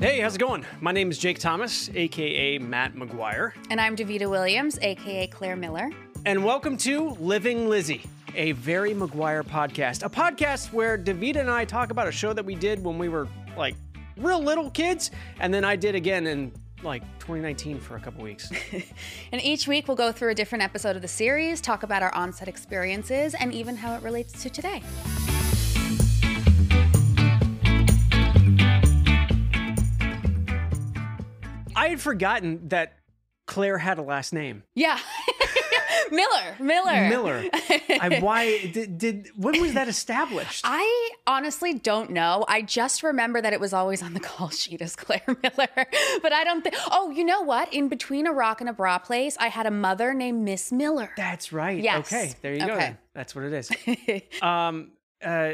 Hey, how's it going? My name is Jake Thomas, aka Matt McGuire, And I'm Davita Williams, aka Claire Miller. and welcome to Living Lizzie, a very McGuire podcast, a podcast where Davita and I talk about a show that we did when we were like real little kids, and then I did again in like 2019 for a couple weeks. And each week we'll go through a different episode of the series, talk about our on-set experiences, and even how it relates to today. I had forgotten that Claire had a last name. Yeah. Miller, Miller. Miller. I, why did, did when was that established? I honestly don't know. I just remember that it was always on the call sheet as Claire Miller. But I don't think Oh, you know what? In between a rock and a bra place, I had a mother named Miss Miller. That's right. Yes. Okay. There you go. Okay. Then. That's what it is. um, uh,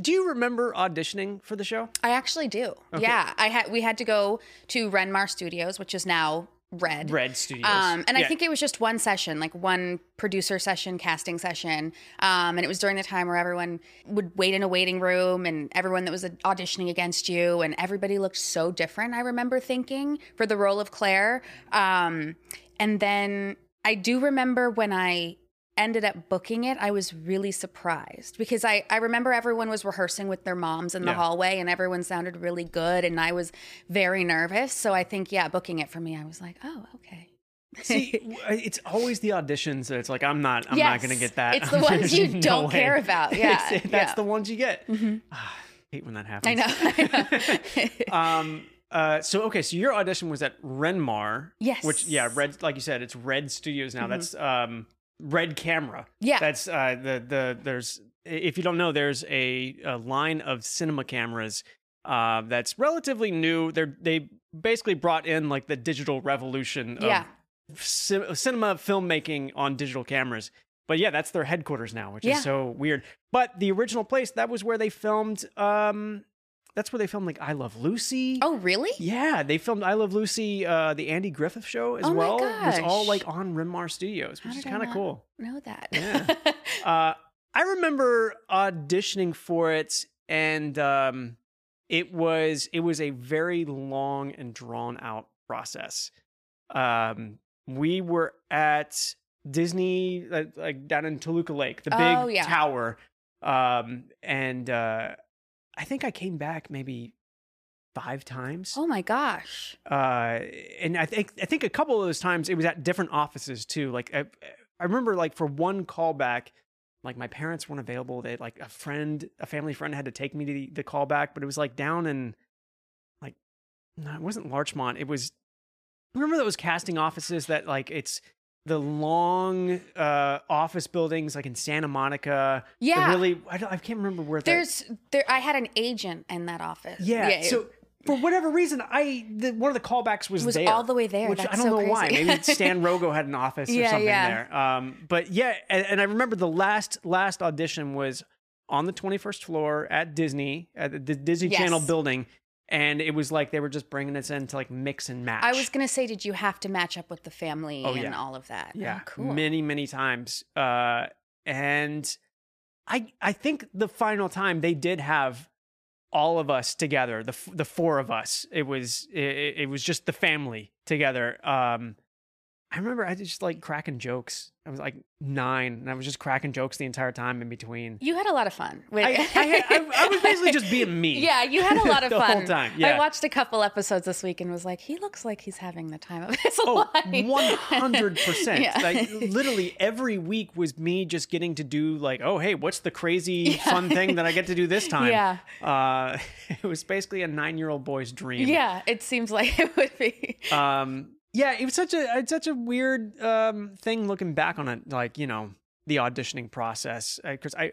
do you remember auditioning for the show? I actually do. Yeah, I had we had to go to Renmar Studios, which is now Red. Red Studios. Um, and Yeah. I think it was just one session, like one producer session, casting session. Um, and it was during the time where everyone would wait in a waiting room and everyone that was auditioning against you, and everybody looked so different. I remember thinking for the role of Claire. Um, and then I do remember when I ended up booking it, I was really surprised because I, I remember everyone was rehearsing with their moms in the Yeah. hallway and everyone sounded really good and I was very nervous. So I think, yeah, booking it for me, I was like, oh, okay. See, w- uh, it's always the auditions that it's like I'm not. I'm not Yes. going to get that. It's the ones There's you no don't way. care about. Yeah. That's Yeah. Mm-hmm. the ones you get. Ah, I hate when that happens. I know. um, uh, so okay, so your audition was at Renmar. Yes. Mm-hmm. Which yeah, Red like you said, it's Red Studios now. That's um Red Camera. Yeah. That's uh the the there's if you don't know, there's a, a line of cinema cameras uh that's relatively new. They're they basically brought in like the digital revolution of Yeah. cin- cinema filmmaking on digital cameras. But yeah, that's their headquarters now, which Yeah. is so weird. But the original place, that was where they filmed um that's where they filmed like I Love Lucy. oh, really? Yeah, they filmed I Love Lucy, uh, the Andy Griffith show as Oh my well. It was all gosh. like on Renmar Studios, which How is did I kind of not- cool. Know that. Yeah. Uh, I remember auditioning for it, and um, it was it was a very long and drawn out process. Um, we were at Disney, like, like down in Toluca Lake, the big Oh, yeah. tower, um, and uh, I think I came back maybe five times oh my gosh. uh, and I think I think a couple of those times it was at different offices too. Like I, I remember like for one callback, like my parents weren't available. They like a friend, a family friend, had to take me to the, the callback, but it was like down in like no, it wasn't Larchmont. It was remember those casting offices that like it's the long uh office buildings like in Santa Monica. The Yeah. really I, don't, I can't remember where that- There's there I had an agent in that office. yeah. So for whatever reason, I the, one of the callbacks was, it was there, all the way there. which That's I don't so know crazy. why. Maybe Stan Rogo had an office or Yeah, something yeah. there. Um, but yeah, and, and I remember the last last audition was on the 21st floor at Disney at the, the Disney Yes. Channel building, and it was like they were just bringing us in to like mix and match. I was gonna say, did you have to match up with the family Oh, and yeah. all of that? yeah, Oh, cool. many many times. Uh, and I I think the final time they did have all of us together, the f- the four of us. It was it, it it was just the family together. Um, I remember I just like cracking jokes. I was like nine, and I was just cracking jokes the entire time in between. you had a lot of fun. Wait. I, I, had- I, I was basically just being me. Yeah, you had a lot of the fun whole time. Yeah. I watched a couple episodes this week and was like, he looks like he's having the time of his Oh, life. 100%. Yeah. Like literally every week was me just getting to do like, oh, hey, what's the crazy Yeah. fun thing that I get to do this time? Yeah. Uh, it was basically a nine-year-old boy's dream. yeah, it seems like it would be. Um, yeah, it was such a it's such a weird um, thing looking back on it, like, you know, the auditioning process. Because I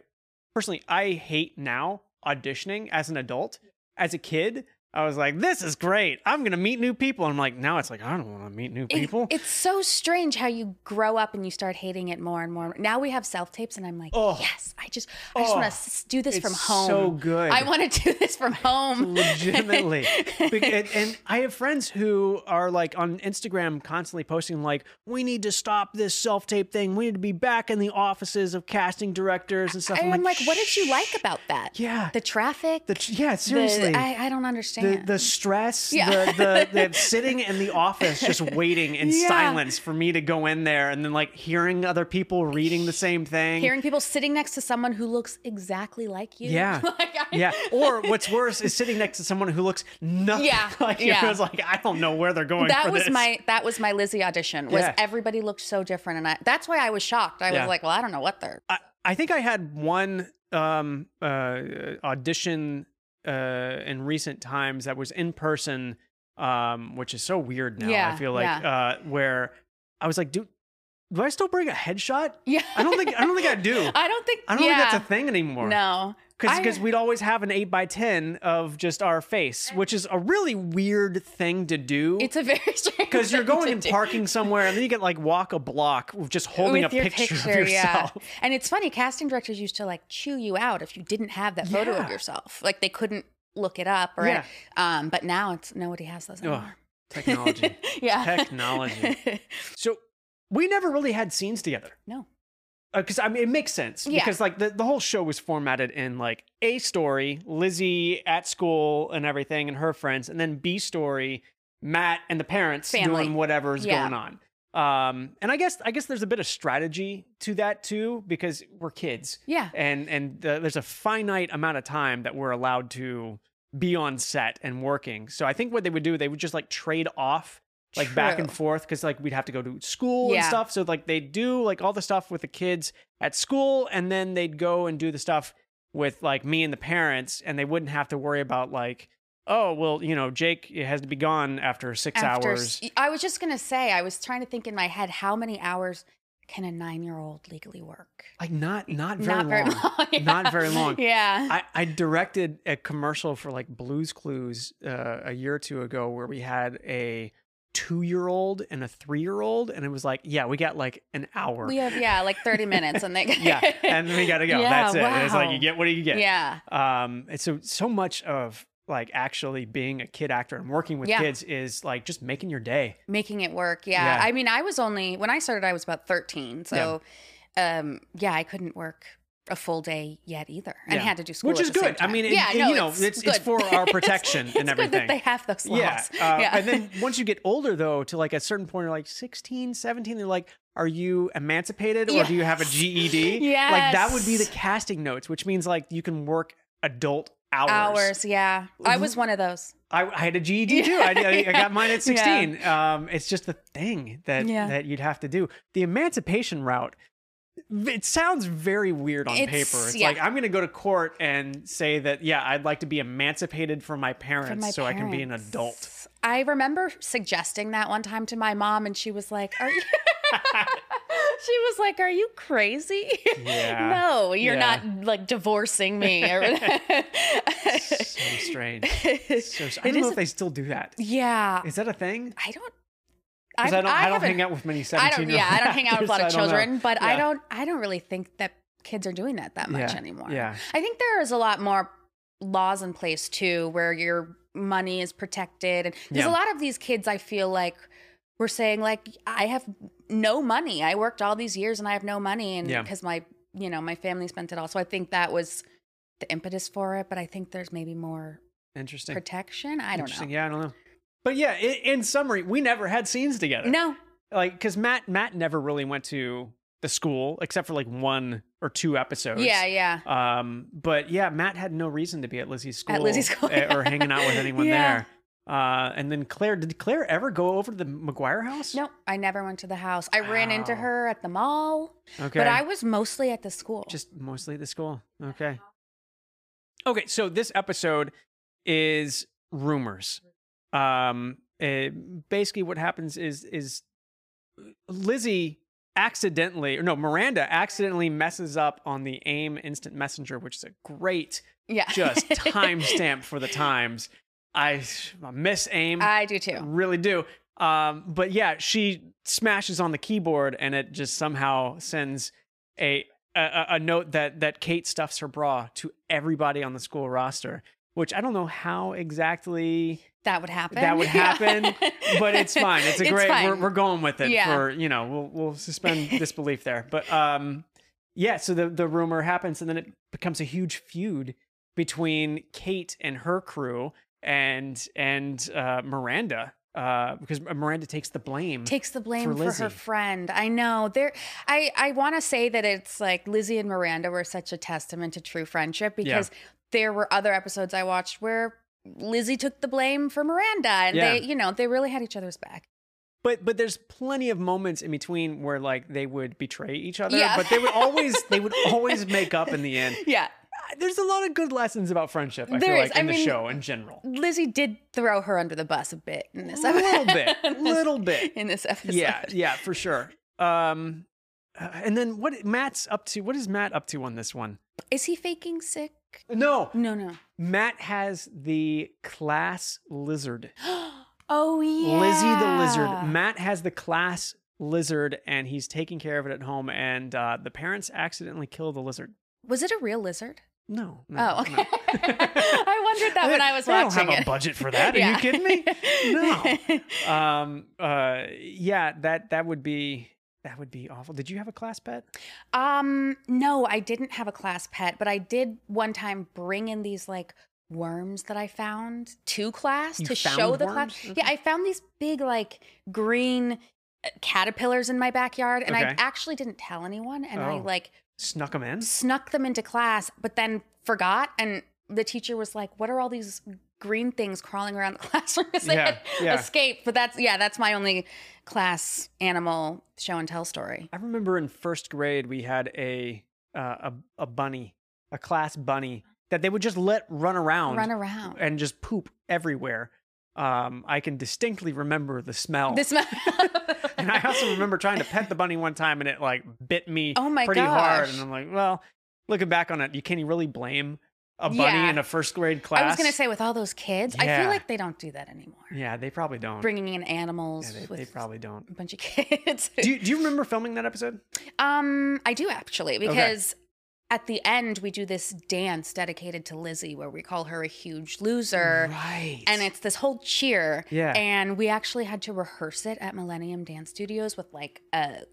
personally, I hate now auditioning as an adult. As a kid, I was like, this is great. I'm going to meet new people. And I'm like, now it's like, I don't want to meet new It- people. it's so strange how you grow up and you start hating it more and more. Now we have self tapes, and I'm like, Oh. yes, I just, I just Oh. want to do this It's from home. so good. I want to do this from home. legitimately Be- and, and i have friends who are like on instagram constantly posting like we need to stop this self-tape thing we need to be back in the offices of casting directors and stuff and I'm like, what did you "Shh." like about that? yeah The traffic. the, tr- yeah seriously I, I don't the, understand. the stress, Yeah. the, the, the sitting in the office just waiting in Yeah. silence for me to go in there and then like hearing other people reading the same thing. Hearing people sitting next to someone who looks exactly like you. Yeah. like I, yeah. Or what's worse is sitting next to someone who looks nothing Yeah, like you. yeah. I was like, I don't know where they're going. That for was this. my that was my Lizzie audition. Was Yeah. everybody looked so different, and I, that's why I was shocked. I Yeah. was like, well, I don't know what they're. I, I think I had one um, uh, audition uh, in recent times that was in person, um, which is so weird now. I Yeah, feel like uh, where I was like, dude, do I still bring a headshot? Yeah, I don't think I don't think I do. I don't think. I don't yeah. think that's a thing anymore. No, I- Because we'd always have an 8 by 10 of just our face, which is a really weird thing to do. it's a very strange. Because you're thing going to and do. parking somewhere, and then you get like walk a block with just holding With a your picture, of yourself. Yeah. And it's funny, casting directors used to like chew you out if you didn't have that photo Yeah. of yourself. Like they couldn't look it up or Yeah. um but now it's nobody has those Ugh, anymore. technology. yeah. Technology. so we never really had scenes together. No. Because I mean, it makes sense. Yeah. Because like the, the whole show was formatted in like A story, Lizzie at school and everything, and her friends, and then B story, Matt and the parents Family. doing whatever's Yeah. going on. Um, and I guess I guess there's a bit of strategy to that too because we're kids, yeah. and and uh, there's a finite amount of time that we're allowed to be on set and working. So I think what they would do, they would just like trade off like back and True. forth because like we'd have to go to school and Yeah. stuff so like they do like all the stuff with the kids at school and then they'd go and do the stuff with like me and the parents and they wouldn't have to worry about like oh well you know jake has to be gone after six After hours s- I was just gonna say, I was trying to think in my head how many hours can a nine year old legally work? like not not very Not long, very long. yeah. Not very long. Yeah. I, I directed a commercial for like Blues Clues uh, a year or two ago where we had a two year old and a three year old, and it was like, yeah, we got like an hour. we have yeah, like thirty minutes and they yeah, and we gotta go. Yeah, That's it. It's like wow. you get what do you get? Yeah. Um, and so so much of like actually being a kid actor and working with Yeah. kids is like just making your day. making it work yeah. Yeah. i mean i was only when i started i was about 13 so um yeah i couldn't work a full day yet either and Yeah. had to do school Which at is the same good. I time. mean, it- yeah it- no, you know, it's- it's good. for our protection It's- and it's good everything. that they have those laws Yeah. Uh, And then once you get older, though, to like a certain point, you're like 16, 17, they're like, are you emancipated or do you have a E Yes. GED? Like that would be the Yes. casting notes, which means like you can work adult hours. Mm-hmm. hours yeah i was one of those I, I had a GED too. I, I, I got mine at 16. Um, it's just the thing that, Yeah. that you'd have to do. The emancipation route. It sounds very weird on It's- paper. It's yeah. like I'm going to go to court and say that yeah, I'd like to be emancipated from my parents from my so I can be an parents. adult. i remember suggesting that one time to my mom and she was like are you She was like, "Are you crazy? Yeah. no, you're Yeah. not like divorcing me." Or so strange. So, str- I It don't know is if they still do that. Yeah. Is that a thing? I don't. 'Cause I've- I don't. I, don't haven't- hang out with many I seventeen. don't. Yeah, I don't hang out with a lot of children, but I Yeah. don't. I don't really think that kids are doing that that much Yeah, anymore. yeah. I think there is a lot more laws in place too, where your money is protected, and because Yeah. a lot of these kids, I feel like were saying like, I have no money. I worked all these years and I have no money, and Yeah. because my you know my family spent it all. So I think that was the impetus for it. But I think there's maybe more Interesting. protection. I don't Interesting. know. Yeah, I don't know. But yeah, in, in summary, we never had scenes together. No, Like, because Matt Matt never really went to the school except for like one or two episodes. yeah, yeah. Um, but yeah, Matt had no reason to be at Lizzie's school, At Lizzie's school, uh, or hanging out with anyone Yeah. there. Uh, and then Claire, did Claire ever go over to the McGuire house? No, I never went to the house. I ran into Wow. her at the mall, Okay. but I was mostly at the school. Just mostly the school. Okay. Okay, so this episode is rumors. Um, eh, basically, what happens is is Lizzie accidentally, or no, Miranda accidentally messes up on the AIM instant messenger, which is a great yeah, just timestamp for the times. I, I miss AIM. I do too. Really do. Um, but yeah, she smashes on the keyboard and it just somehow sends a a- a, a note that that Kate stuffs her bra to everybody on the school roster, which I don't know how exactly, That would happen. That would Yeah. happen, but it's fine. It's a great. We're, fine. we're going with it Yeah. for you know we'll we'll suspend disbelief there. But um, yeah. So the the rumor happens and then it becomes a huge feud between Kate and her crew. and and uh, Miranda uh, because Miranda takes the blame. takes the blame for, Lizzie. her friend. I know. There I I want to say that it's like Lizzie and Miranda were such a testament to true friendship because there were other episodes I watched where Lizzie took the blame for Miranda and Yeah. they, you know, they really had each other's back. but but there's plenty of moments in between where like they would betray each other, Yeah. but they would always they would always make up in the end. Yeah. Uh, There's a lot of good lessons about friendship. I There feel is. like I in the mean- show in general. Lizzie did throw her under the bus a bit in this A little episode. bit, little bit. in this episode. Yeah, yeah, for sure. Um, uh, and then what Matt's up to? What is Matt up to on this one? Is he faking sick? No, No, no. Matt has the class lizard. oh yeah. Lizzie the lizard. Matt has the class lizard, and he's taking care of it at home. And uh, the parents accidentally kill the lizard. Was it a real lizard? No. no Oh, okay. no. I wondered that when I was They watching don't have it. a budget for that. Are Yeah. you kidding me? No. Um. Uh. Yeah. That that would be that would be awful. Did you have a class pet? um, no, I didn't have a class pet, but I did one time bring in these like worms that I found to class You to found show the class. worms? Mm-hmm. Yeah, I found these big like green uh, caterpillars in my backyard, and I Okay. actually didn't tell anyone, and I Oh. like Snuck him in. snuck them into class, but then forgot. And the teacher was like, "What are all these green things crawling around the classroom?" As they Yeah, had yeah. escaped. But that's yeah, that's my only class animal show and tell story. I remember in first grade we had a uh, a a bunny, a class bunny that they would just let run around. Run around. and just poop everywhere. Um, I can distinctly remember the smell. This. ma- and I also remember trying to pet the bunny one time and it like bit me Oh my pretty hard. gosh. And I'm like, well, looking back on it, you can not really blame a bunny Yeah. in a first grade class? I was gonna say with all those kids, I Yeah. feel like they don't do that anymore. Yeah, they probably don't. Bringing in Yeah, animals they, with they probably don't. a bunch of kids. Do you, do you remember filming that episode? Um, I do actually because at the end we do this dance dedicated to Lizzie where we call her a huge loser, Right. and it's this whole cheer. Yeah. And we actually had to rehearse it at Millennium Dance Studios with like a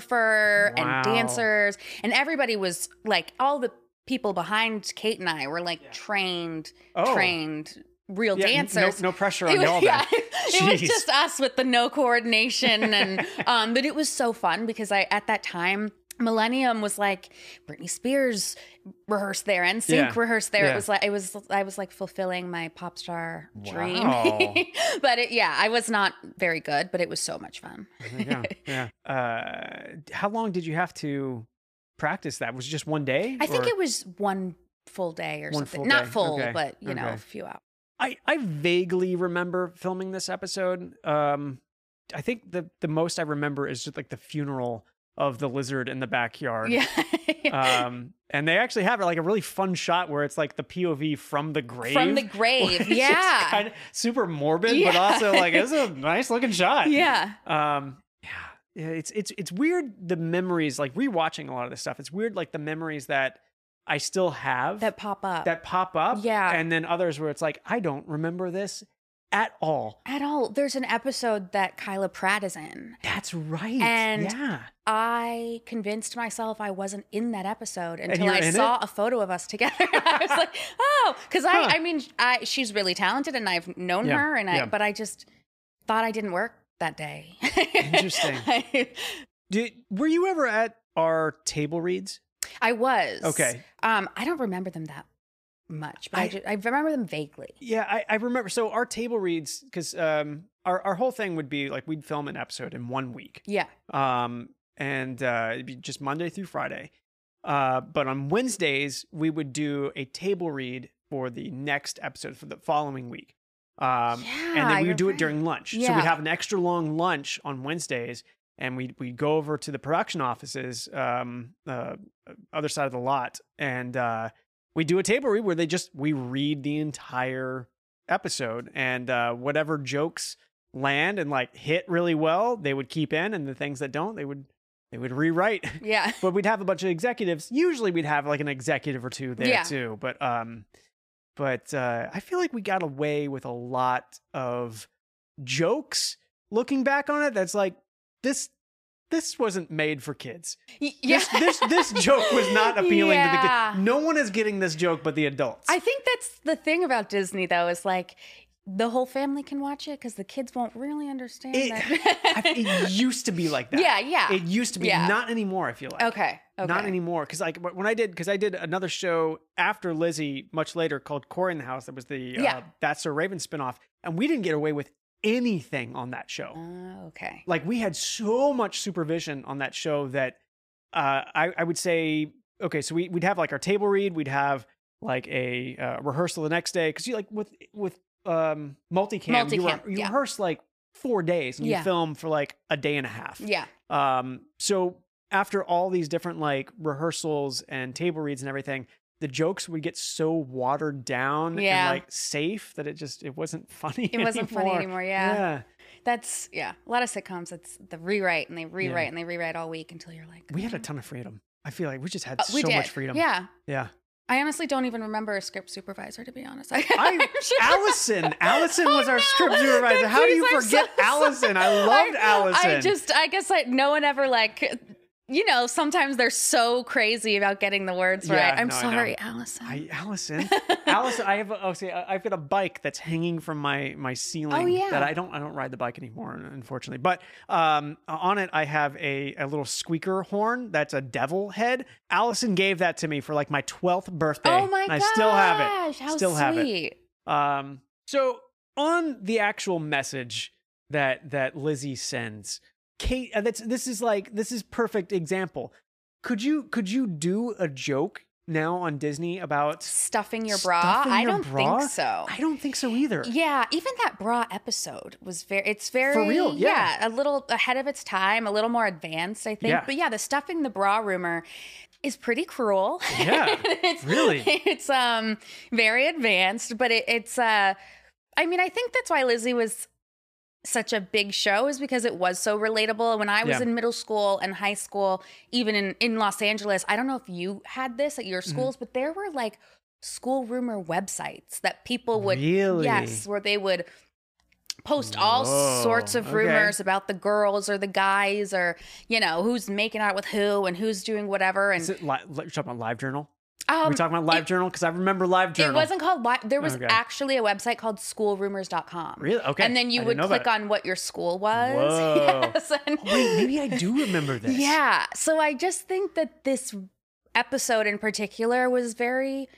choreographer Wow. and dancers, and everybody was like all the people behind Kate and I were like trained, Oh. trained real Yeah, n- dancers. No, no pressure on It was- y'all yeah, then. it was Jeez. just us with the no coordination, and um, but it was so fun because I at that time. Millennium was like Britney Spears rehearsed there and Sync Yeah. rehearsed there. Yeah. It was like it was I was like fulfilling my pop star Wow. dream. but it, yeah, I was not very good, but it was so much fun. There you go. Yeah. Uh, how long did you have to practice that? Was it just one day? I think or- it was one full day or One something. full not day. full, Okay. but you know, Okay. a few hours. I, I vaguely remember filming this episode. Um, I think the the most I remember is just like the funeral of the lizard in the backyard. Yeah. Um, and they actually have like a really fun shot where it's like the POV from the grave. From the where grave. it's just Yeah. kinda super morbid, but Yeah. also like it's a nice looking shot. yeah. Um, yeah, yeah, it's it's it's weird the memories like rewatching a lot of this stuff. It's weird like the memories that I still have That pop up. that pop up. Yeah. And then others where it's like, I don't remember this at all. At all. There's an episode that Kyla Pratt is in. That's right. And- yeah. I convinced myself I wasn't in that episode until you're I in saw a photo of us together. I was like, oh, because I, Huh. I mean, I, she's really talented and I've known Yeah, her, and I, yeah. but I just thought I didn't work that day. Interesting. I, Did, were you ever at our table reads? I was Okay. Um, I don't remember them that much, but I, I- ju- I remember them vaguely. Yeah, I, I remember. So our table reads, because um, our, our whole thing would be like we'd film an episode in one week. Yeah. um, and uh, it'd be just Monday through Friday. Uh, but on Wednesdays, we would do a table read for the next episode for the following week. Um, and Yeah, then we you're would do right. it during lunch. So Yeah. we'd have an extra long lunch on Wednesdays, and we'd, we'd go over to the production offices, um, uh, other side of the lot, and uh, we do a table read where they just we read the entire episode and uh, whatever jokes land and like hit really well, they would keep in, and the things that don't, they would they would rewrite. Yeah. but we'd have a bunch of executives. Usually, we'd have like an executive or two there Yeah. too. But um, but uh, I feel like we got away with a lot of jokes. Looking back on it, that's like this this wasn't made for kids. Y- yeah. This this, this joke was not appealing Yeah. to the kids. No one is getting this joke but the adults. I think that's the thing about Disney, though, is like the whole family can watch it because the kids won't really understand It- I- that. it used to be like that. yeah, yeah. It used to be Yeah. not anymore, I feel like. okay, okay. Not anymore. Because like when I did, because I did another show after Lizzie much later called Corey in the House. That was the uh, Yeah. That's Sir Raven spinoff, and we didn't get away with anything on that show. Ah, okay. Like we had so much supervision on that show that uh, I I would say okay, so we we'd have like our table read, we'd have like a uh, rehearsal the next day because you like with with um multicam, you, Multicam, you yeah. rehearse like four days and Yeah. you film for like a day and a half. Yeah. Um, so after all these different like rehearsals and table reads and everything, the jokes would get so watered down Yeah. and like safe that it just it wasn't funny. It wasn't anymore. funny anymore. Yeah. That's, yeah. A lot of sitcoms, it's the rewrite and they rewrite and they rewrite all week until you're like, we had a "Okay." ton of freedom. I feel like we just had Oh, so we did. much freedom. Yeah. yeah. I honestly don't even remember a script supervisor, to be honest. I, I, Allison, Allison Oh, was our script supervisor. How do you forget Allison? I loved Allison. I just, I guess I, no one ever like, you know, sometimes they're so crazy about getting the words Yeah, right. I'm no, I know. sorry, Allison. I, Allison, Allison, I have a, oh, see, I- I've got a bike that's hanging from my my ceiling. Oh, yeah. That I don't I don't ride the bike anymore, unfortunately. But um, on it I have a a little squeaker horn that's a devil head. Allison gave that to me for like my twelfth birthday. oh my and gosh. I still have it. How still sweet. have it. Um, so on the actual message that that Lizzie sends, Kate, uh, that's this is like this is perfect example. Could you could you do a joke now on Disney about? Stuffing your bra? Stuffing I your don't bra? think so. I don't think so either. Yeah, even that bra episode was very it's very real, yeah. a little ahead of its time, a little more advanced, I think. Yeah. But yeah, the stuffing the bra rumor is pretty cruel. Yeah, it's, really. It's um very advanced, but it, it's uh I mean, I think that's why Lizzie was such a big show is because it was so relatable. When I was Yeah. in middle school and high school, even in, in Los Angeles, I don't know if you had this at your Mm-hmm. schools, but there were like school rumor websites that people would Really? yes where they would post all Whoa, sorts of okay. rumors about the girls or the guys or you know who's making out with who and who's doing whatever and Is it li- li- you talking about Live Journal? Are um, we talking about Live it- Journal? Because I remember Live Journal. it wasn't called li- there was Okay. actually a website called schoolrumors.com Really? Okay. and then you I would didn't know click about on what your school was Whoa. yes it. and Oh, Wait, maybe I do remember this. yeah. So I just think that this episode in particular was very.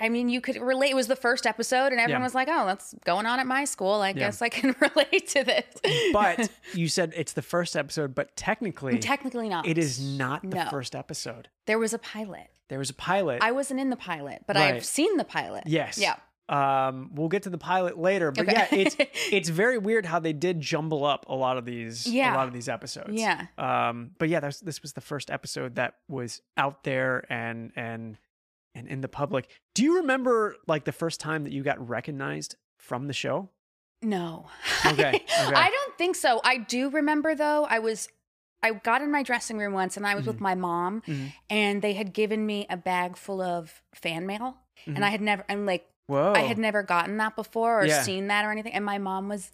I mean, you could relate. It was the first episode, and everyone Yeah. was like, "Oh, that's going on at my school. I Yeah. guess I can relate to this." But you said it's the first episode, but technically, technically not. it is not the No. first episode. There was a pilot. There was a pilot. I wasn't in the pilot, but Right. I've seen the pilot. Yes. Yeah. Um, we'll get to the pilot later, but Okay. yeah, it's it's very weird how they did jumble up a lot of these a Yeah. lot of these episodes. Yeah. Um, but yeah, that's, this was the first episode that was out there and and and in the public. Do you remember like the first time that you got recognized from the show? No. Okay, okay. I don't think so. I do remember though, I was I got in my dressing room once and I was with my mom Mhm. and they had given me a bag full of fan mail Mhm. and I had never I'm like Whoa. I had never gotten that before or Oh. Yeah. seen that or anything and my mom was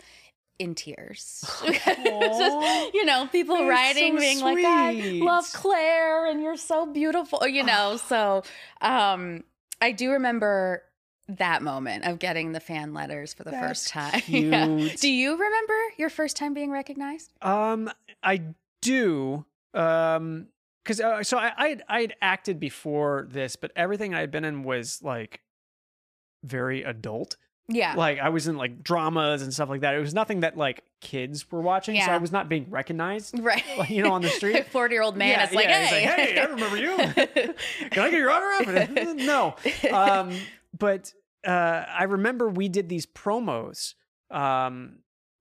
in tears. Aw. you know, people That's so writing being like "Ah, I sweet. love Claire and you're so beautiful, Ah. you know. so um I do remember that moment of getting the fan letters for the That's first time. Cute. Yeah. Do you remember your first time being recognized? Um, I do. Um, because uh, so I I'd, I'd acted before this, but everything I had been in was like very adult. Yeah. Like I was in like dramas and stuff like that. It was nothing that like kids were watching, so Yeah. I was not being recognized. right. like, you know, on the street. 40 year old man Yeah, is like, yeah, he's hey. like, "Hey, I remember you." Can I get your autograph? no. Um, but uh, I remember we did these promos. Um,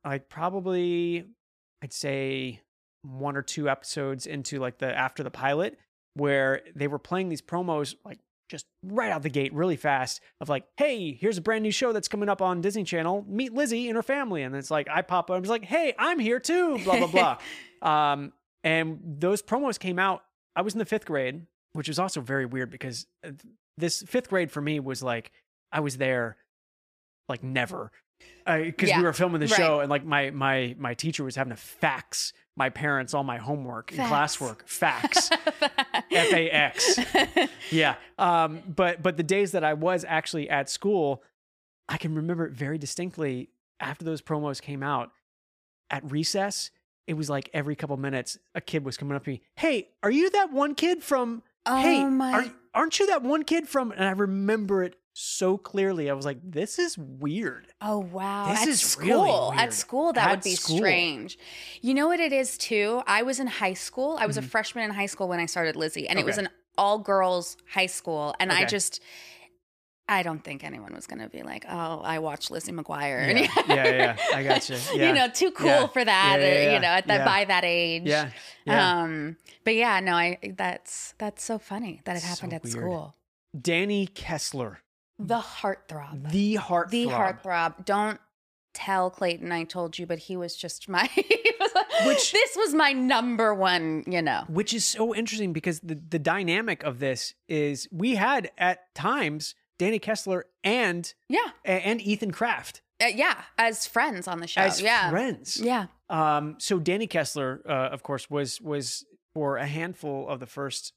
like probably, I'd say one or two episodes into like the after the pilot, where they were playing these promos like just right out the gate, really fast. Of like, hey, here's a brand new show that's coming up on Disney Channel. Meet Lizzie and her family. And it's like I pop up. I'm just like, hey, I'm here too. Blah blah blah. um, and those promos came out. I was in the fifth grade, which was also very weird because uh, this fifth grade for me was like I was there like never because Yeah, we were filming the right. show and like my my my teacher was having a fax my parents all my homework and Facts. classwork. Facts. F A X. Yeah. Um, but but the days that I was actually at school, I can remember it very distinctly after those promos came out. At recess, it was like every couple minutes a kid was coming up to me, Hey, are you that one kid from oh Hey, my. are, aren't you that one kid from and I remember it so clearly. I was like, This is weird. Oh wow! This at is really school, weird. at school, that At would be school. strange. You know what it is too. I was in high school. I was Mhm. a freshman in high school when I started Lizzie, and it was Okay. an all girls high school, and I Okay. just. I don't think anyone was going to be like, "Oh, I watched Lizzie McGuire." Yeah, yeah, yeah. I gotcha. Yeah. You know, too cool Yeah. for that. Yeah, yeah, uh, yeah. You know, at that Yeah. by that age. Yeah. yeah. Um. But yeah, no, I. That's that's so funny that it happened So at weird. school. Danny Kessler, The heartthrob. the heart, the heartthrob. Don't tell Clayton I told you, but he was just my. he was like, Which- this was my number one. You know. which is so interesting because the the dynamic of this is we had at times Danny Kessler and Yeah. and Ethan Kraft Uh, yeah. As friends on the show. as yeah. friends. Yeah. Um, so Danny Kessler, uh, of course, was was for a handful of the first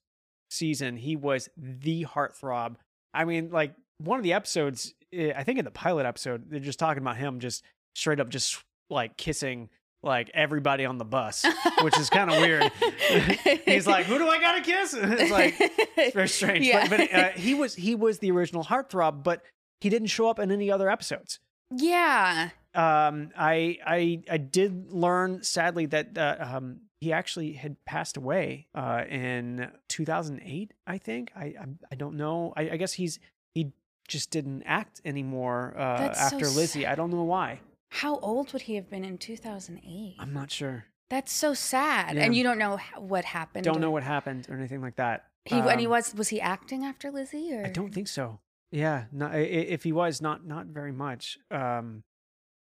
season, he was the heartthrob. I mean, like one of the episodes, eh, I think in the pilot episode, they're just talking about him just straight up just like kissing like everybody on the bus, which is kind of weird. He's like, "Who do I gotta kiss?" it's like it's very strange. Yeah. But, but uh, he was he was the original heartthrob, but he didn't show up in any other episodes yeah. um, I I I did learn sadly that uh, um, he actually had passed away uh, in 2008. I think I I, I don't know. I, I guess he's he just didn't act anymore uh, That's so after Lizzie. I don't know why. How old would he have been in 2008? I'm not sure. That's so sad. Yeah. And you don't know h- what happened. Don't know or- what happened or anything like that. He, and he Um, was was he acting after Lizzie or I don't think so. Yeah, no, i- i- if he was not not very much. Um,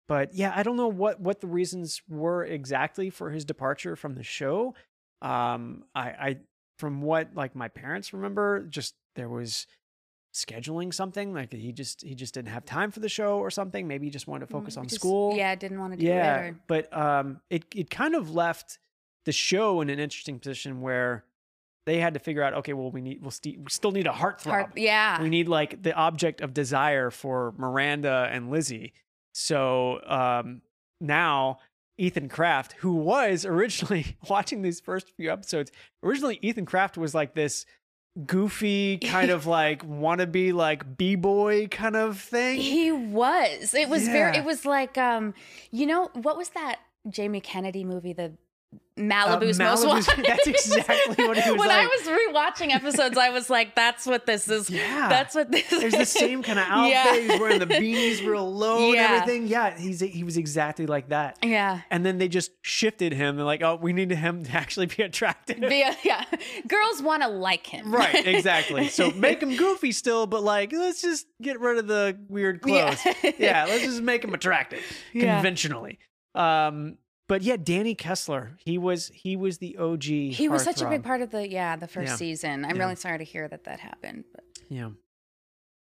but yeah, I don't know what what the reasons were exactly for his departure from the show. Um, I, I from what like my parents remember, just there was scheduling something like he just he just didn't have time for the show or something. Maybe he just wanted to focus Mm, on just- school. Yeah, didn't want to do yeah. it. Or, But um, it it kind of left the show in an interesting position where they had to figure out okay, well we need we'll st- we still need a heartthrob. Heart- yeah. We need like the object of desire for Miranda and Lizzie. So um, now Ethan Kraft, who was originally watching these first few episodes, originally Ethan Kraft was like this goofy kind of like wannabe like b boy kind of thing. He was. It was very. Yeah. It was like um, you know what was that Jamie Kennedy movie? The Malibu's Uh, Most Malibu's- Wanted. that's exactly what he was when like. I was rewatching episodes, I was like, "That's what this is. Yeah. That's what this." There's the is. same kind of outfit. Yeah. He's wearing the beanies real low Yeah. and everything. Yeah, he's he was exactly like that. Yeah. And then they just shifted him and like, oh, we need him to actually be attractive. Be- uh, yeah. Girls want to like him. Right, exactly. So make him goofy still, but like, let's just get rid of the weird Yeah. clothes. Yeah, let's just make him attractive Yeah. conventionally. Um, but yeah, Danny Kessler, he was he was the OG. He was such a big heartthrob. part of the yeah the first Yeah. season. I'm Yeah. really sorry to hear that that happened. But Yeah.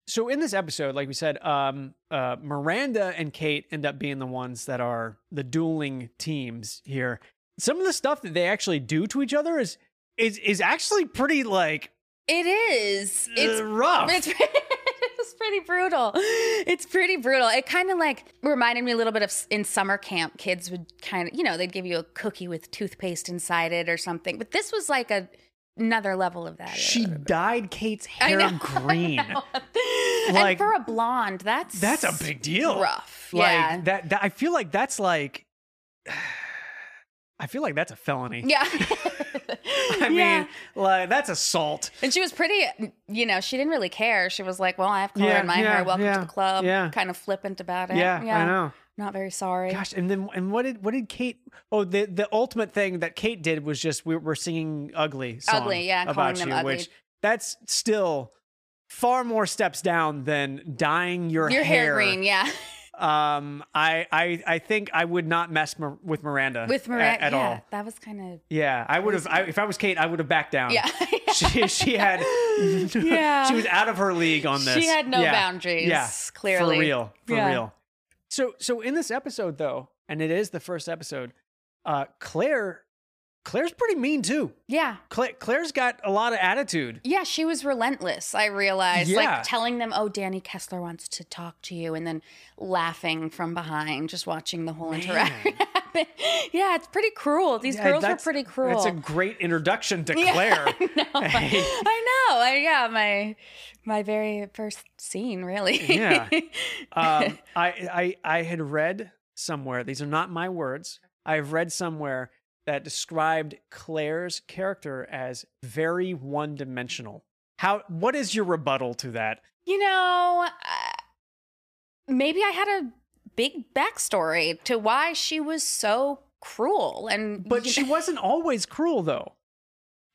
So in this episode, like we said, um, uh, Miranda and Kate end up being the ones that are the dueling teams here. Some of the stuff that they actually do to each other is is is actually pretty like it is. It's uh, rough. It's, it's pretty brutal. It's pretty brutal. It kind of like reminded me a little bit of s- in summer camp, kids would kind of, you know, they'd give you a cookie with toothpaste inside it or something. But this was like a, another level of that. she dyed Kate's I hair know. green. Like- and for a blonde, that's That's a big deal. rough. Like yeah. that, that I feel like that's like I feel like that's a felony. yeah. I Yeah. mean, like that's assault. and she was pretty, you know, she didn't really care. She was like, well, I have color Yeah, in my yeah, hair. Welcome yeah, to the club. yeah. Kind of flippant about it. Yeah, I know. Not very sorry. Gosh, and then and what did what did Kate? Oh, the the ultimate thing that Kate did was just we were singing "Ugly" song Ugly, yeah, calling about them you, ugly. which that's still far more steps down than dyeing your, Your hair, green, yeah. Um, I I I think I would not mess Mir- with Miranda With a- Miranda, at yeah, all. that was kind Yeah, I would have. I, if I was Kate, I would have backed down. of yeah. she she had Yeah. she was out of her league on this. She had no Yeah. boundaries. Yeah, clearly. For real. For Yeah. real. So so in this episode though, and it is the first episode, uh Claire Claire's pretty mean too. Yeah. Cla- Claire's got a lot of attitude. Yeah, she was relentless. I realized, Yeah. like telling them, "Oh, Danny Kessler wants to talk to you," and then laughing from behind, just watching the whole interaction happen. Yeah, it's pretty cruel. These Yeah, girls are that's- pretty cruel. That's a great introduction to Yeah, Claire. I know. I, yeah, my my very first scene, really. Yeah. um, I, I I had read somewhere. These are not my words. I've read somewhere that described Claire's character as very one-dimensional. How? What is your rebuttal to that? you know, uh, maybe I had a big backstory to why she was so cruel and But she wasn't always cruel, though.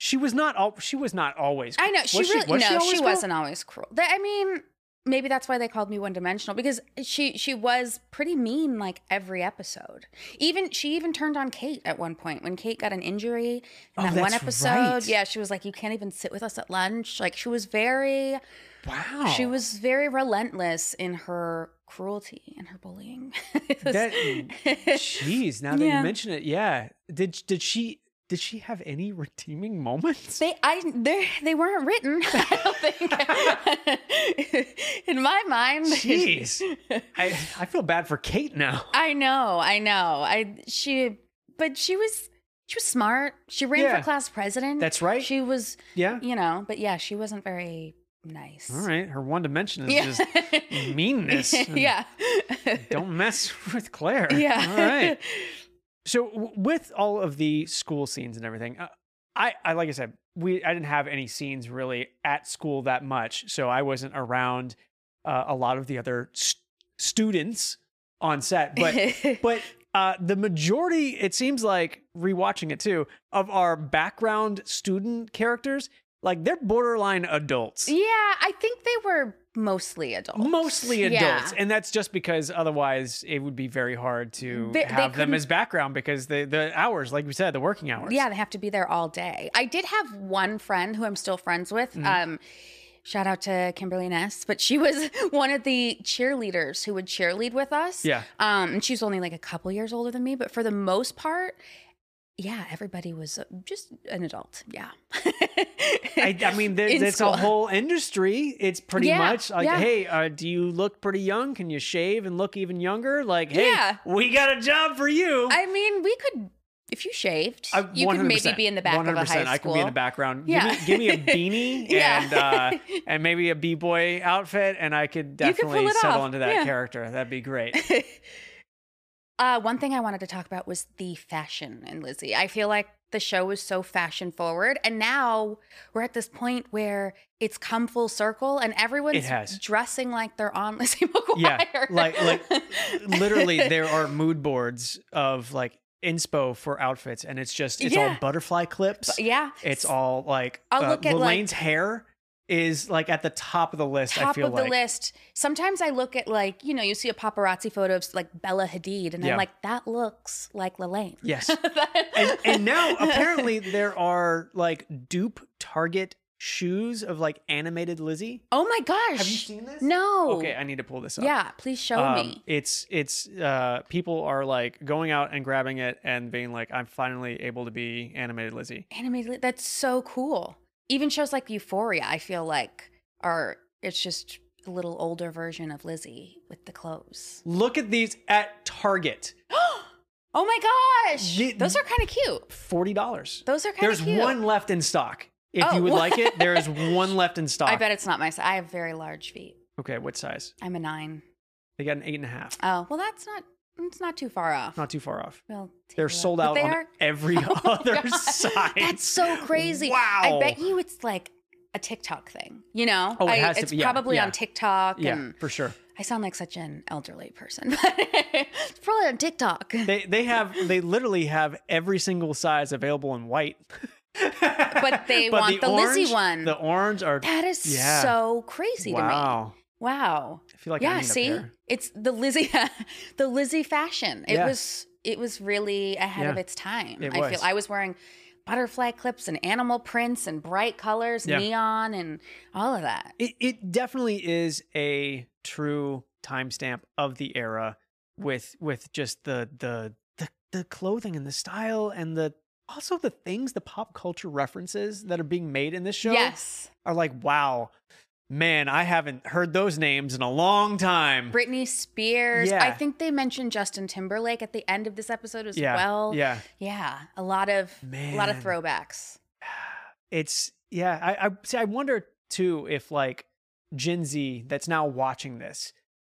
She was not. Al- she was not always. I Cruel. know she Was really was no, she, always cruel? wasn't always cruel. Th- I mean, maybe that's why they called me one dimensional because she she was pretty mean like every episode. Even she even turned on Kate at one point when Kate got an injury in Oh, that one that's episode. right. Yeah, she was like, "You can't even sit with us at lunch." Like she was very Wow. she was very relentless in her cruelty and her bullying. It was- That- Jeez. Now that Yeah. you mention it, yeah. Did did she did she have any redeeming moments? They, I, they, they weren't written. I don't think. In my mind, Jeez. I I feel bad for Kate now. I know, I know. I she, but she was, she was smart. She ran Yeah. for class president. That's right. She was, yeah. you know, but yeah, she wasn't very nice. All right. Her one dimension is Yeah. just meanness. and yeah. Don't mess with Claire. yeah. All right. So w- with all of the school scenes and everything, uh, I, I like I said, we I didn't have any scenes really at school that much, so I wasn't around uh, a lot of the other st- students on set. But but uh, the majority, it seems like rewatching it too, of our background student characters, like they're borderline adults. yeah, I think they were mostly adults. Mostly Yeah. adults, and that's just because otherwise it would be very hard to They- they have them couldn't- as background because the the hours, like we said, the working hours. Yeah, they have to be there all day. I did have one friend who I'm still friends with. Mm-hmm. Um, shout out to Kimberly Ness, but she was one of the cheerleaders who would cheerlead with us. Yeah. Um, and she's only like a couple years older than me, but for the most part, yeah, everybody was uh, just an adult. Yeah. I, I mean, there, In it's a school. whole industry. It's pretty Yeah, much like, yeah. hey, uh, do you look pretty young? Can you shave and look even younger? Like, hey, Yeah. we got a job for you. I mean, we could, if you shaved, I- you could maybe 100%, be in the back of a high school. I can be in the background. Yeah. Give, me, give me a beanie Yeah. and uh, and maybe a b boy outfit, and I could could pull definitely it settle off, into that yeah. character. That'd be great. Uh, one thing I wanted to talk about was the fashion in Lizzie. I feel like the show was so fashion forward, and now we're at this point where it's come full circle, and everyone's has. dressing like they're on Lizzie McGuire. Yeah, like- like- Literally, there are mood boards of like inspo for outfits, and it's just it's all Yeah. butterfly clips. But yeah, It's all like I'll look at, like- Elaine's hair is like at the top of the list. I top feel of like the list. Sometimes I look at like you know you see a paparazzi photo of like Bella Hadid, and Yeah. I'm like that looks like Lalaine. yes, and, and now apparently there are like dupe Target shoes of like animated Lizzie. oh my gosh, Have you seen this? no. Okay, I need to pull this up. yeah, please show Um, me. It's it's uh people are like going out and grabbing it and being like, I'm finally able to be animated Lizzie. animated li- that's so cool even shows like euphoria i feel like are it's just a little older version of lizzie with the clothes Look at these at Target. oh my gosh Ye- those are kind of cute Forty dollars. those are kind of There's cute one left in stock. If Oh, you would what? like it, there is one left in stock. i bet it's not my size i have very large feet Okay, what size? i'm a nine. They got an eight and a half. Oh well that's not it's not too far off Not too far off. well They're take a look. sold But out they on are- every Oh my other God. side. That's so crazy. Wow. I bet you it's like a TikTok thing. You know, Oh, it I- has to it's be- yeah, probably yeah. on TikTok. Yeah, And for sure. I sound like such an elderly person, but it's probably on TikTok. They they have they literally have every single size available in white. but they want the Lizzie orange- one. The orange are that is Yeah. so crazy to me. wow. Wow. I feel like I yeah, need a see? pair. It's the Lizzie the Lizzie fashion. It Yeah. was it was really ahead of Yeah. its time. It I was. feel I was wearing butterfly clips and animal prints and bright colors, Yeah. neon and all of that. It it definitely is a true timestamp of the era with with just the the the the clothing and the style and the also the things, the pop culture references that are being made in this show Yes. are like, wow, man, I haven't heard those names in a long time. Britney Spears. Yeah. I think they mentioned Justin Timberlake at the end of this episode as yeah. well. yeah. Yeah, a lot of Man. a lot of throwbacks. It's yeah. I, I see. I wonder too if like Gen Z that's now watching this,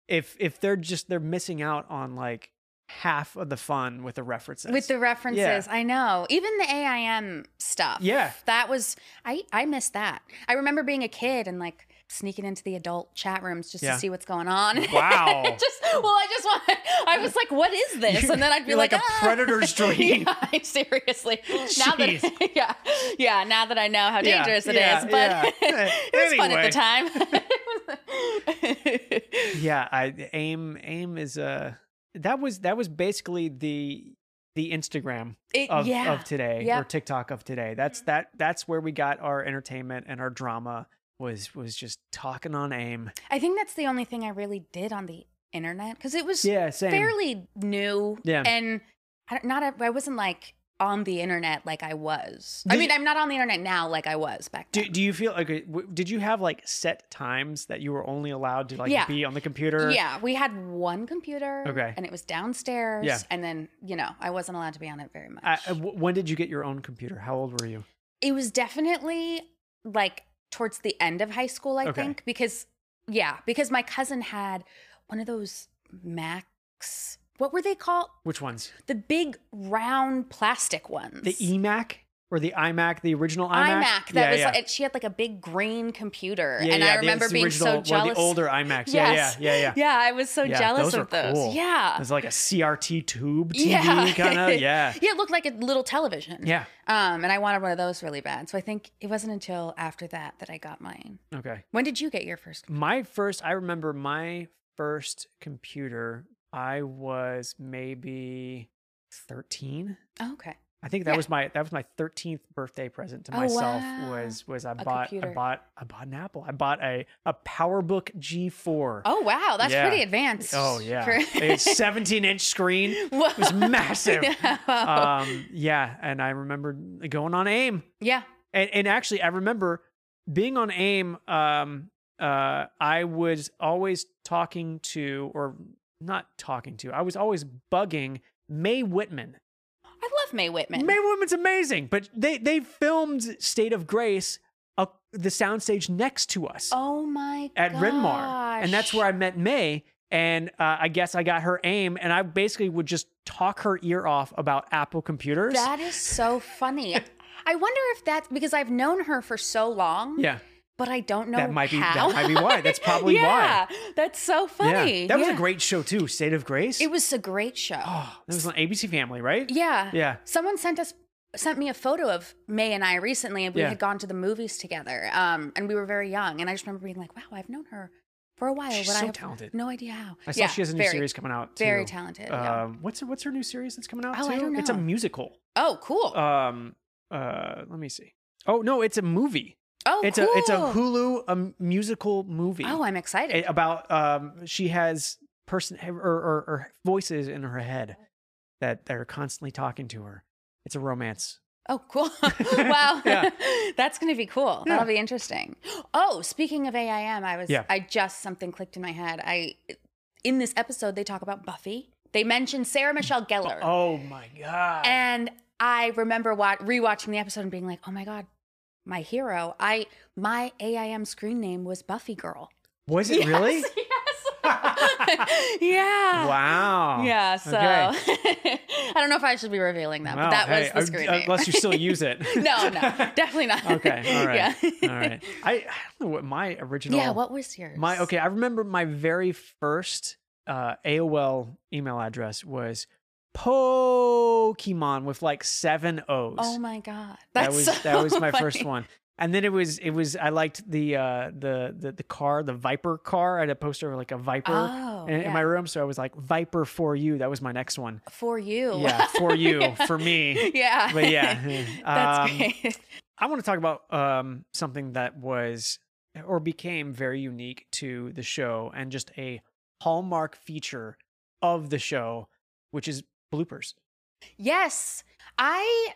if if they're just they're missing out on like half of the fun with the references. With the references, I know. Even the AIM stuff. Yeah. That was I I miss that. I remember being a kid and like sneaking into the adult chat rooms just Yeah. to see what's going on. Wow. just well, I just want I was like, what is this? You're- and then I'd be you're like, like a "Ah." predator's dream. yeah, I- seriously. Now that Jeez. yeah. Yeah, now that I know how Yeah, dangerous it is, yeah, but yeah. it was fun at the Anyway. time. yeah. I aim aim is a that was that was basically the the Instagram It- of, yeah. of today or Yep. TikTok of today. That's that that's where we got our entertainment and our drama was was just talking on aim. I think that's the only thing I really did on the internet because it was Yeah, same. fairly new. Yeah. And I don't, not, I wasn't like on the internet like I was. I Did mean, you- I'm not on the internet now like I was back Do, then. do you feel like w- did you have like set times that you were only allowed to like Yeah. be on the computer? yeah, we had one computer. Okay. And it was downstairs. Yeah. And then, you know, I wasn't allowed to be on it very much. I- I- Uh, w- when did you get your own computer? How old were you? it was definitely like towards the end of high school, I Okay. think, because, yeah, because my cousin had one of those Macs. What were they called? Which ones? The big round plastic ones. The EMAC or the iMac, the original iMac? iMac that Yeah, was yeah. like, she had like a big green computer, Yeah, and yeah, I the- remember the being original, so one of jealous. The older iMacs. Yes. Yeah, yeah, yeah, yeah. yeah, I was so Yeah, jealous those of are those. cool. It Yeah, was like a CRT tube TV Yeah. kind of. Yeah. yeah, it looked like a little television. Yeah. um, and I wanted one of those really bad. So I think it wasn't until after that that I got mine. Okay. When did you get your first? computer? My first, I remember my first computer, I was maybe 13. Oh, okay, I think that Yeah. was my that was my thirteenth birthday present to Oh, myself wow. was was I bought I computer. bought I bought an Apple. I bought a a PowerBook G4. oh wow, that's Yeah. pretty advanced. Oh, yeah, for- it's seventeen inch screen. It Whoa. was massive. Yeah. Um, yeah, and I remember going on AIM, yeah. and and actually I remember being on AIM. Um, uh, I was always talking to or not talking to. I was always bugging Mae Whitman. I love Mae Whitman. May Woman's amazing, but they they filmed State of Grace, uh, the soundstage next to us oh my at gosh. Renmar, and that's where I met May. And uh, I guess I got her aim, and I basically would just talk her ear off about Apple computers. That is so funny. I wonder if that's because I've known her for so long, yeah, but I don't know that might be how. that might be why. That's probably yeah, that's so why. Yeah. funny. that was a Yeah. great show too. State of Grace. It was a great show. oh, that was on ABC Family, right? yeah. yeah. Someone sent us sent me a photo of May and I recently, and we Yeah. had gone to the movies together, um, and we were very young. And I just remember being like, "Wow, I've known her for a while, She's but I so have talented. no idea how." I saw Yeah, she has a new very- series coming out. Too. Very talented. yeah. Um, what's her, what's her new series that's coming out? Oh, I too? don't It's a know. musical. Oh, cool. um uh let me see oh no it's a movie oh, it's cool. a it's a hulu um, musical movie Oh, I'm excited. It- about um she has person or, or or voices in her head that that are constantly talking to her it's a romance Oh, cool. wow. Yeah. That's going to be cool. Yeah. That'll be interesting. Oh, speaking of AIM, I was, Yeah. I just, something clicked in my head. I, in this episode, they talk about Buffy. They mention Sarah Michelle Gellar. oh my god And I remember wa- rewatching the episode and being like, oh my God, my hero. I, my AIM screen name was Buffy Girl. was it Yes, really Yes. yeah. wow Yeah, so I don't know if I should be revealing that, Wow, but that hey, uh, was the screen name. unless you still use it no, no, definitely not. okay all right Yeah. all right I, I don't know what my original Yeah. What was yours? My okay, I remember my very first uh, AOL email address was Pokemon with like seven O's. Oh my god. that That's was so that was my first funny. one. And then it was it was I liked the uh, the the the car, the Viper car. I had a poster of like a Viper Oh, in, in yeah. my room, so I was like Viper for you. That was my next one. for you. Yeah, for you, Yeah. for me. yeah. But yeah, That's um, great. I want to talk about um, something that was or became very unique to the show and just a hallmark feature of the show, which is bloopers. Yes, I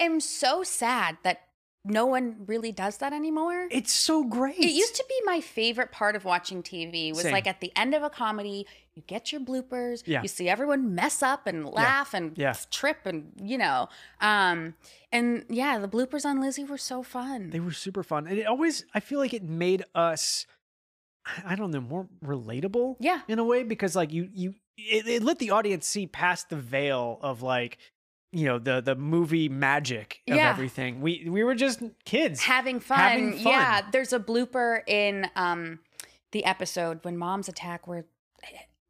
am so sad that no one really does that anymore. It's so great. It used to be my favorite part of watching TV was Same. like at the end of a comedy, you get your bloopers, Yeah. you see everyone mess up and laugh and Yeah. trip and you know. Um and yeah, the bloopers on Lizzie were so fun. They were super fun. And it always, I feel like it made us, I- I don't know, more relatable yeah. in a way because like you, you, it, it let the audience see past the veil of like, you know, the, the movie magic of Yeah. everything. We, we were just kids. Having fun. Having fun. Yeah. There's a blooper in um the episode when moms attack where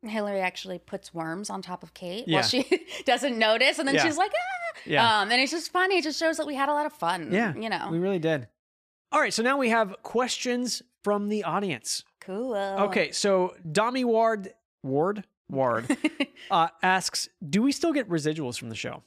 Hillary actually puts worms on top of Kate Yeah. while she doesn't notice and then Yeah. she's like, ah. Yeah. Um, and it's just funny. It just shows that we had a lot of fun. Yeah, You know. We really did. All right, so now we have questions from the audience. cool. Okay, so Dommy Ward Ward Ward uh, asks, "Do we still get residuals from the show?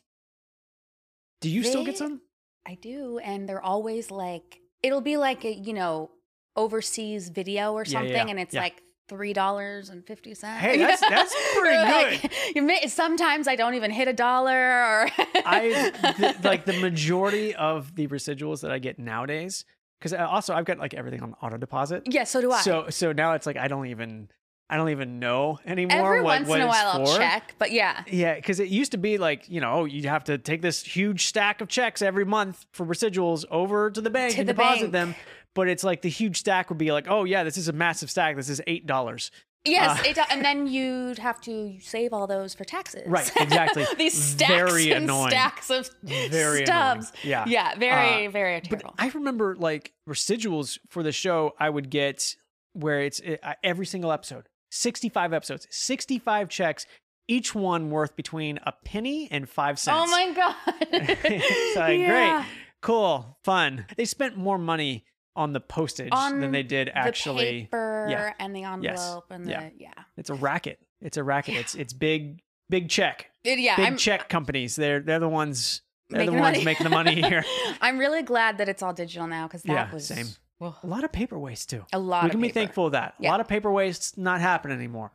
Do you still get They- some? I do. And they're always like, it'll be like a, you know, overseas video or Yeah, yeah, something. yeah. And it's Yeah. like, Three dollars and fifty cents. Hey, that's- that's pretty sometimes I don't even hit a dollar, or I th- like the majority of the residuals that I get nowadays because also I've got like everything on auto deposit. yeah. So do I. So so now it's like I don't even I don't even know anymore. every what, once what in a it's while I'll for. check, but yeah, Yeah, because it used to be like, you know, you have to take this huge stack of checks every month for residuals over to the bank To and the deposit bank. them. But it's like the huge stack would be like, oh, yeah, this is a massive stack. This is $8. yes. Uh. it do- and then you'd have to save all those for taxes, Right, exactly. These stacks Very and annoying. stacks of Very annoying. stubs. Yeah. yeah, very, Uh, very But terrible. I remember like residuals for the show I would get where it's uh, every single episode, 65 episodes, 65 checks, each one worth between a penny and five cents. Oh my god! it's like Yeah. great, cool, fun. They spent more money on the postage On than they did the actually. paper yeah. and the envelope and the Yeah. yeah. It's a racket. It's a racket. Yeah. It's it's big big check. It- yeah, Big I'm uh, check companies. They're they're the ones they're making the ones making the money here. I'm really glad that it's all digital now because that Yeah, was same. Well, A lot of paper waste too. a lot. we of can be paper. thankful of that. A Yeah. lot of paper waste's not happening anymore.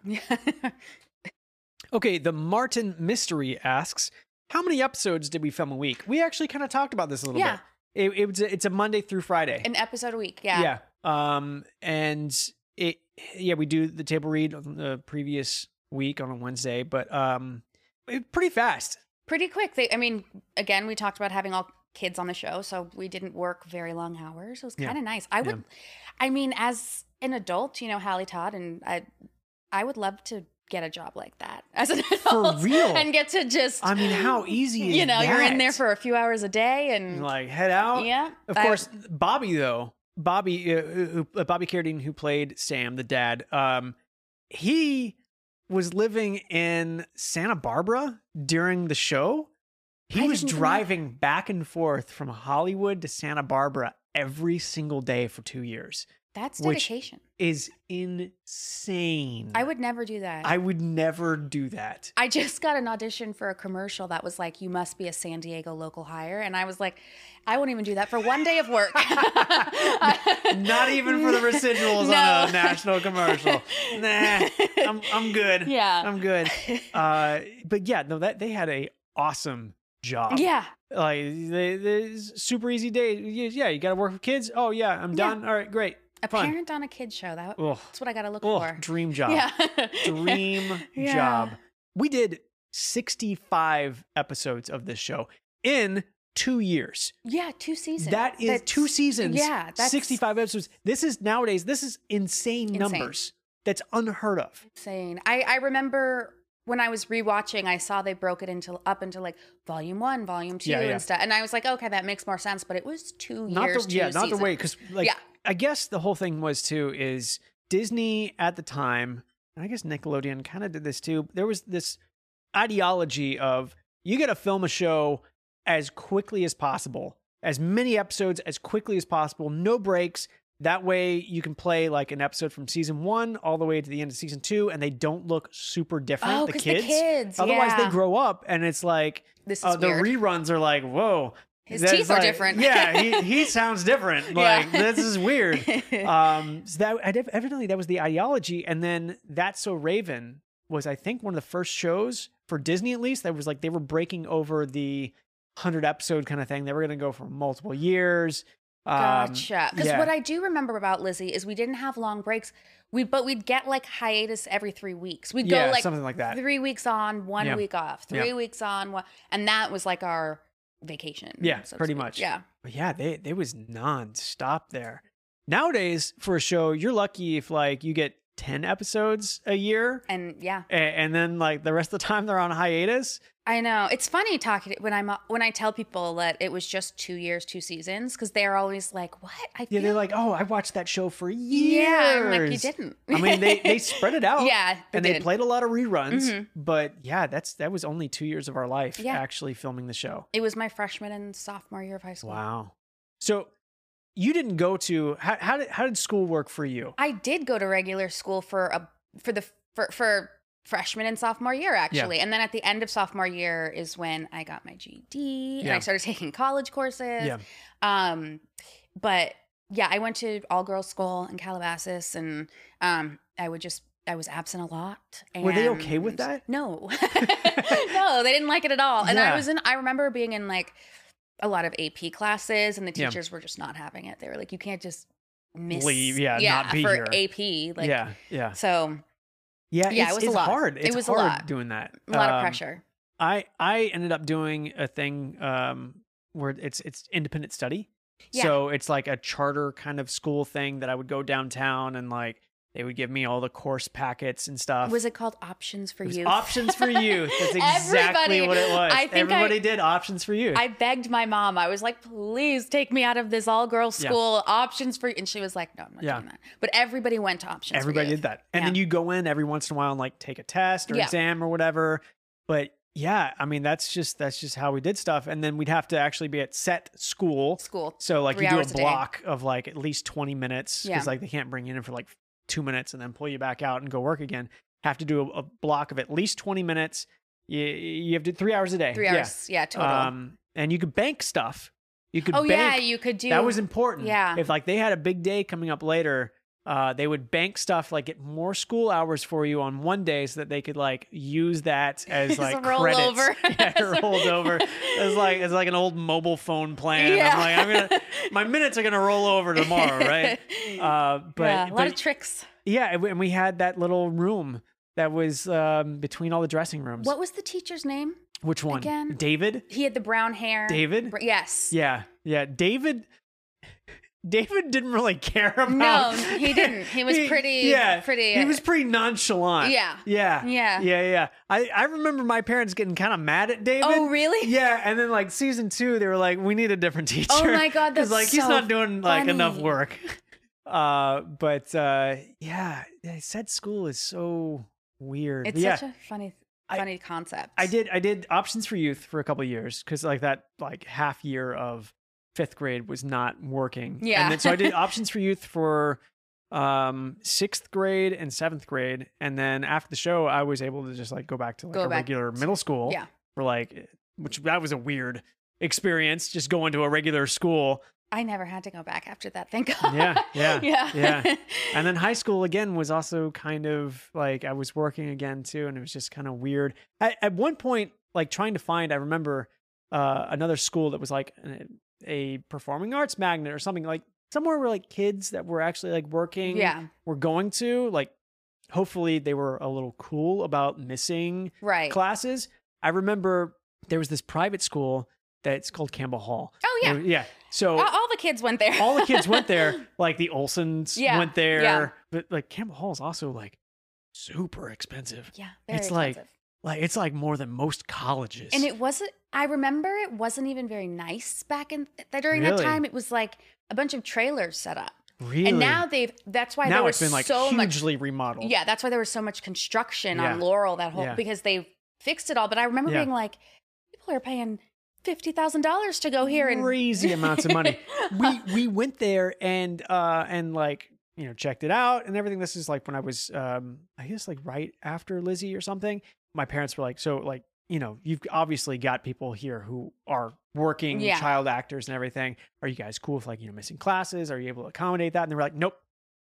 Okay, the Martin Mystery asks, how many episodes did we film a week? We actually kind of talked about this a little Yeah. bit. It, it was a, it's a Monday through Friday. An episode a week. Yeah. Yeah. Um, and it, yeah, we do the table read on the previous week on a Wednesday, but um, it, pretty fast. Pretty quick. They, I mean, again, we talked about having all kids on the show, so we didn't work very long hours. It was Yeah. kind of nice. I would, I mean, as an adult, you know, Hallie Todd, and I, I would love to get a job like that as an adult real? and get to just. I mean, how easy is you know, you're that? in there for a few hours a day, and like "Oh," head out. yeah, Of I- course, Bobby though Bobby uh, who, uh, Bobby Carradine who played Sam the dad, um, he was living in Santa Barbara during the show. He I was didn't know. driving back and forth from Hollywood to Santa Barbara every single day for two years. that's which- dedication. Is insane. I would never do that. I would never do that. I just got an audition for a commercial that was like, "You must be a San Diego local hire," and I was like, "I won't even do that for one day of work." Not even for the residuals on a No. national commercial. Nah, I'm I'm good. Yeah. I'm good. Uh, but yeah, no, that they had a awesome job. yeah, like they, they super easy day. Yeah, you got to work with kids. Oh yeah, I'm Yeah. done. All right, great. a Fun. parent on a kid show. That, Ugh. that's what I got to look Ugh, for. dream job. Yeah, Dream Yeah. job. We did 65 episodes of this show in two years. yeah, two seasons. That is That's- two seasons. Yeah, that's 65 episodes. This is nowadays, this is insane, Insane. numbers. That's unheard of. insane. I I remember when I was rewatching, I saw they broke it into up into like volume one, volume two, Yeah, yeah. and stuff, and I was like, okay, that makes more sense. But it was two Not years. the yeah, two not the seasons. way cuz like Yeah. I guess the whole thing was too is Disney at the time, and I guess Nickelodeon kind of did this too. There was this ideology of you got to film a show as quickly as possible, as many episodes as quickly as possible, no breaks. That way you can play like an episode from season one all the way to the end of season two, and they don't look super different. Oh, the 'cause kids. the kids. Otherwise, yeah. they grow up, and it's like This is uh, the weird. reruns are like, whoa. His that's teeth are like- different. yeah, he, he sounds different. Yeah. Like this is weird. Um, so that I def- evidently that was the ideology, and then that's so Raven was I think one of the first shows for Disney at least that was like they were breaking over the hundred episode kind of thing. They were going to go for multiple years. Um, Gotcha. Because yeah. what I do remember about Lizzie is we didn't have long breaks. We but we'd get like hiatus every three weeks. We'd yeah, go like something like that. three weeks on, one Yeah. week off, Yeah. three weeks on, one, and that was like our vacation. Yeah, so to pretty speak. much. Yeah, But yeah, they they was non-stop there. Nowadays, for a show, you're lucky if like you get ten episodes a year, and yeah, a- and, then like the rest of the time they're on hiatus. I know it's funny talking when I'm when I tell people that it was just two years, two seasons, because they're always like, "What?" I Yeah, feel- they're like, oh, I watched that show for years. yeah, I'm like you didn't. I mean, they they spread it out. yeah, and they did. played a lot of reruns. Mhm. But yeah, that's that was only two years of our life Yeah. actually filming the show. It was my freshman and sophomore year of high school. Wow. So you didn't go to how how did how did school work for you? I did go to regular school for a for the for for freshman and sophomore year actually, and then at the end of sophomore year is when I got my GED and Yeah. I started taking college courses. Yeah. Um, but yeah, I went to all girls school in Calabasas, and um, I would just I was absent a lot. And Were they okay with that? No, no, they didn't like it at all. And Yeah. I was in. I remember being in like a lot of AP classes, and the Yeah. teachers were just not having it. They were like, "You can't just miss Leave, yeah, not be for here." AP." Like, yeah, yeah, so yeah. yeah, it's, it was a it's lot. hard. It It's was a hard lot. doing that. a lot of Um, pressure. I I ended up doing a thing um, where it's it's independent study. Yeah. So it's like a charter kind of school thing that I would go downtown and like they would give me all the course packets and stuff. Was it called options for It was you? uh, options for youth. That's exactly Everybody- what it was. I think I- Everybody did options for youth. I begged my mom. I was like, please take me out of this all girls Yeah. school options for and she was like, No, I'm not Yeah. doing that. But everybody went to options. for Everybody youth. did that. And Yeah. then you go in every once in a while and like take a test or Yeah. exam or whatever. But yeah, I mean that's just that's just how we did stuff. And then we'd have to actually be at set school. school. So like Three you do a hours a day. block of like at least twenty minutes Yeah. because like they can't bring you in for like two minutes and then pull you back out and go work again. Have to do a, a block of at least twenty minutes. You you have to three hours a day. Three Yeah. hours. Yeah, total. Um, and you could bank stuff. You could oh bank yeah, you could do that was important. Yeah. If like they had a big day coming up later, uh, they would bank stuff like get more school hours for you on one day so that they could like use that as As a like credits. rollover. Yeah, As a- rolled over. It's like it's like an old mobile phone plan. I'm like I'm gonna my minutes are gonna roll over tomorrow, right? Uh, but yeah, a lot but- of tricks. yeah, and we- and we had that little room that was um, between all the dressing rooms. What was the teacher's name? Which one? again? David. He had the brown hair. David? Br- Yes. Yeah, yeah. David. David didn't really care about. No, he didn't. He was pretty. Oh. Yeah, Pretty. uh, He was pretty nonchalant. Yeah. yeah, Yeah. yeah, yeah. I I remember my parents getting kind of mad at David. Oh really? Yeah, and then like season two, they were like, "We need a different teacher." Oh my God, 'Cause, that's like he's so not doing like enough funny. work. Uh, but uh, yeah, I said school is so weird. It's yeah, such a funny, I- funny concept. I did I did options for youth for a couple years because like that like half year of fifth grade was not working. Yeah. And then, so I did options for youth for um sixth grade and seventh grade, and then after the show, I was able to just like go back to like Go a back regular middle school. yeah. For like, which that was a weird experience just going to a regular school, I never had to go back after that. Thank God. Yeah, yeah, yeah, yeah. and then high school again was also kind of like I was working again too, and it was just kind of weird. At, at one point, like trying to find, I remember uh, another school that was like an, a performing arts magnet or something like somewhere where like kids that were actually like working yeah, were going to like. Hopefully, they were a little cool about missing right. classes. I remember there was this private school that's called Campbell Hall. oh yeah, Oh, There- yeah. So all, all the kids went there. all the kids went there. Like the Olsons Yeah, went there. yeah. But like Campbell Hall is also like super expensive. yeah, very It's like- expensive. Like it's like more than most colleges. and it wasn't. I remember it wasn't even very nice back in that during that Really? time. It was like a bunch of trailers set up, really and now they've. That's why now there it's was been like so much hugely remodeled. Yeah, that's why there was so much construction Yeah. on Laurel that whole Yeah. because they fixed it all. But I remember Yeah. being like, people are paying fifty thousand dollars to go here and crazy amounts of money. we we went there and uh and like you know checked it out and everything this is like when i was um i guess like right after lizzie or something my parents were like so like you know you've obviously got people here who are working Yeah. child actors and everything are you guys cool with like you know missing classes are you able to accommodate that and they were like nope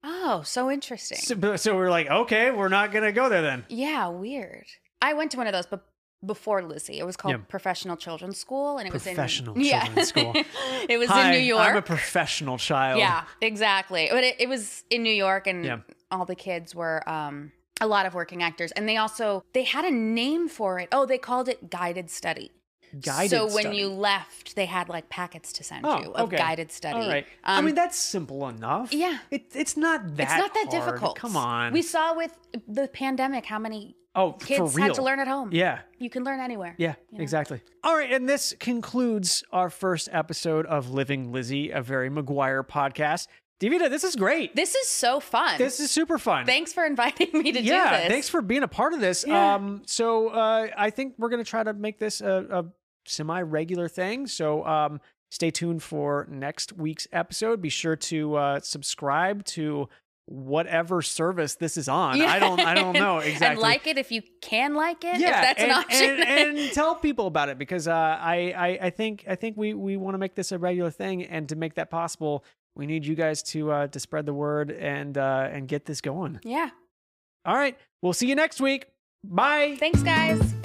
oh, so interesting. so, but- so we're like okay we're not gonna go there then yeah, weird. I went to one of those, but before Lizzie. It was called Yeah. Professional Children's School, and it Professional was in Children's School. it was Hi, in New York. I'm a professional child. Yeah, exactly. But it, it was in New York, and Yeah. all the kids were um, a lot of working actors, and they also they had a name for it. Oh, they called it guided study. Guided so when study. you left, they had like packets to send Oh, you of okay. guided study. All right. I Um, mean, that's simple enough. yeah. It, it's not that it's not that hard. difficult. Come on. We saw with the pandemic how many oh, kids for real. had to learn at home. Yeah. You can learn anywhere. Yeah, exactly. All right, and this concludes our first episode of Living Lizzie, a very McGuire podcast. Davita, this is great. This is so fun. This is super fun. thanks for inviting me to do yeah, this. thanks for being a part of this. Yeah. Um, so uh, I think we're gonna try to make this a, a semi-regular thing. So um, stay tuned for next week's episode. Be sure to uh, subscribe to whatever service this is on. I don't, I don't know exactly. And like it if you can like it. yeah, if that's and, an option. and, and tell people about it because uh, I, I, I think, I think we, we want to make this a regular thing, and to make that possible, we need you guys to uh, to spread the word and uh, and get this going. yeah. All right, we'll see you next week. Bye. Thanks, guys.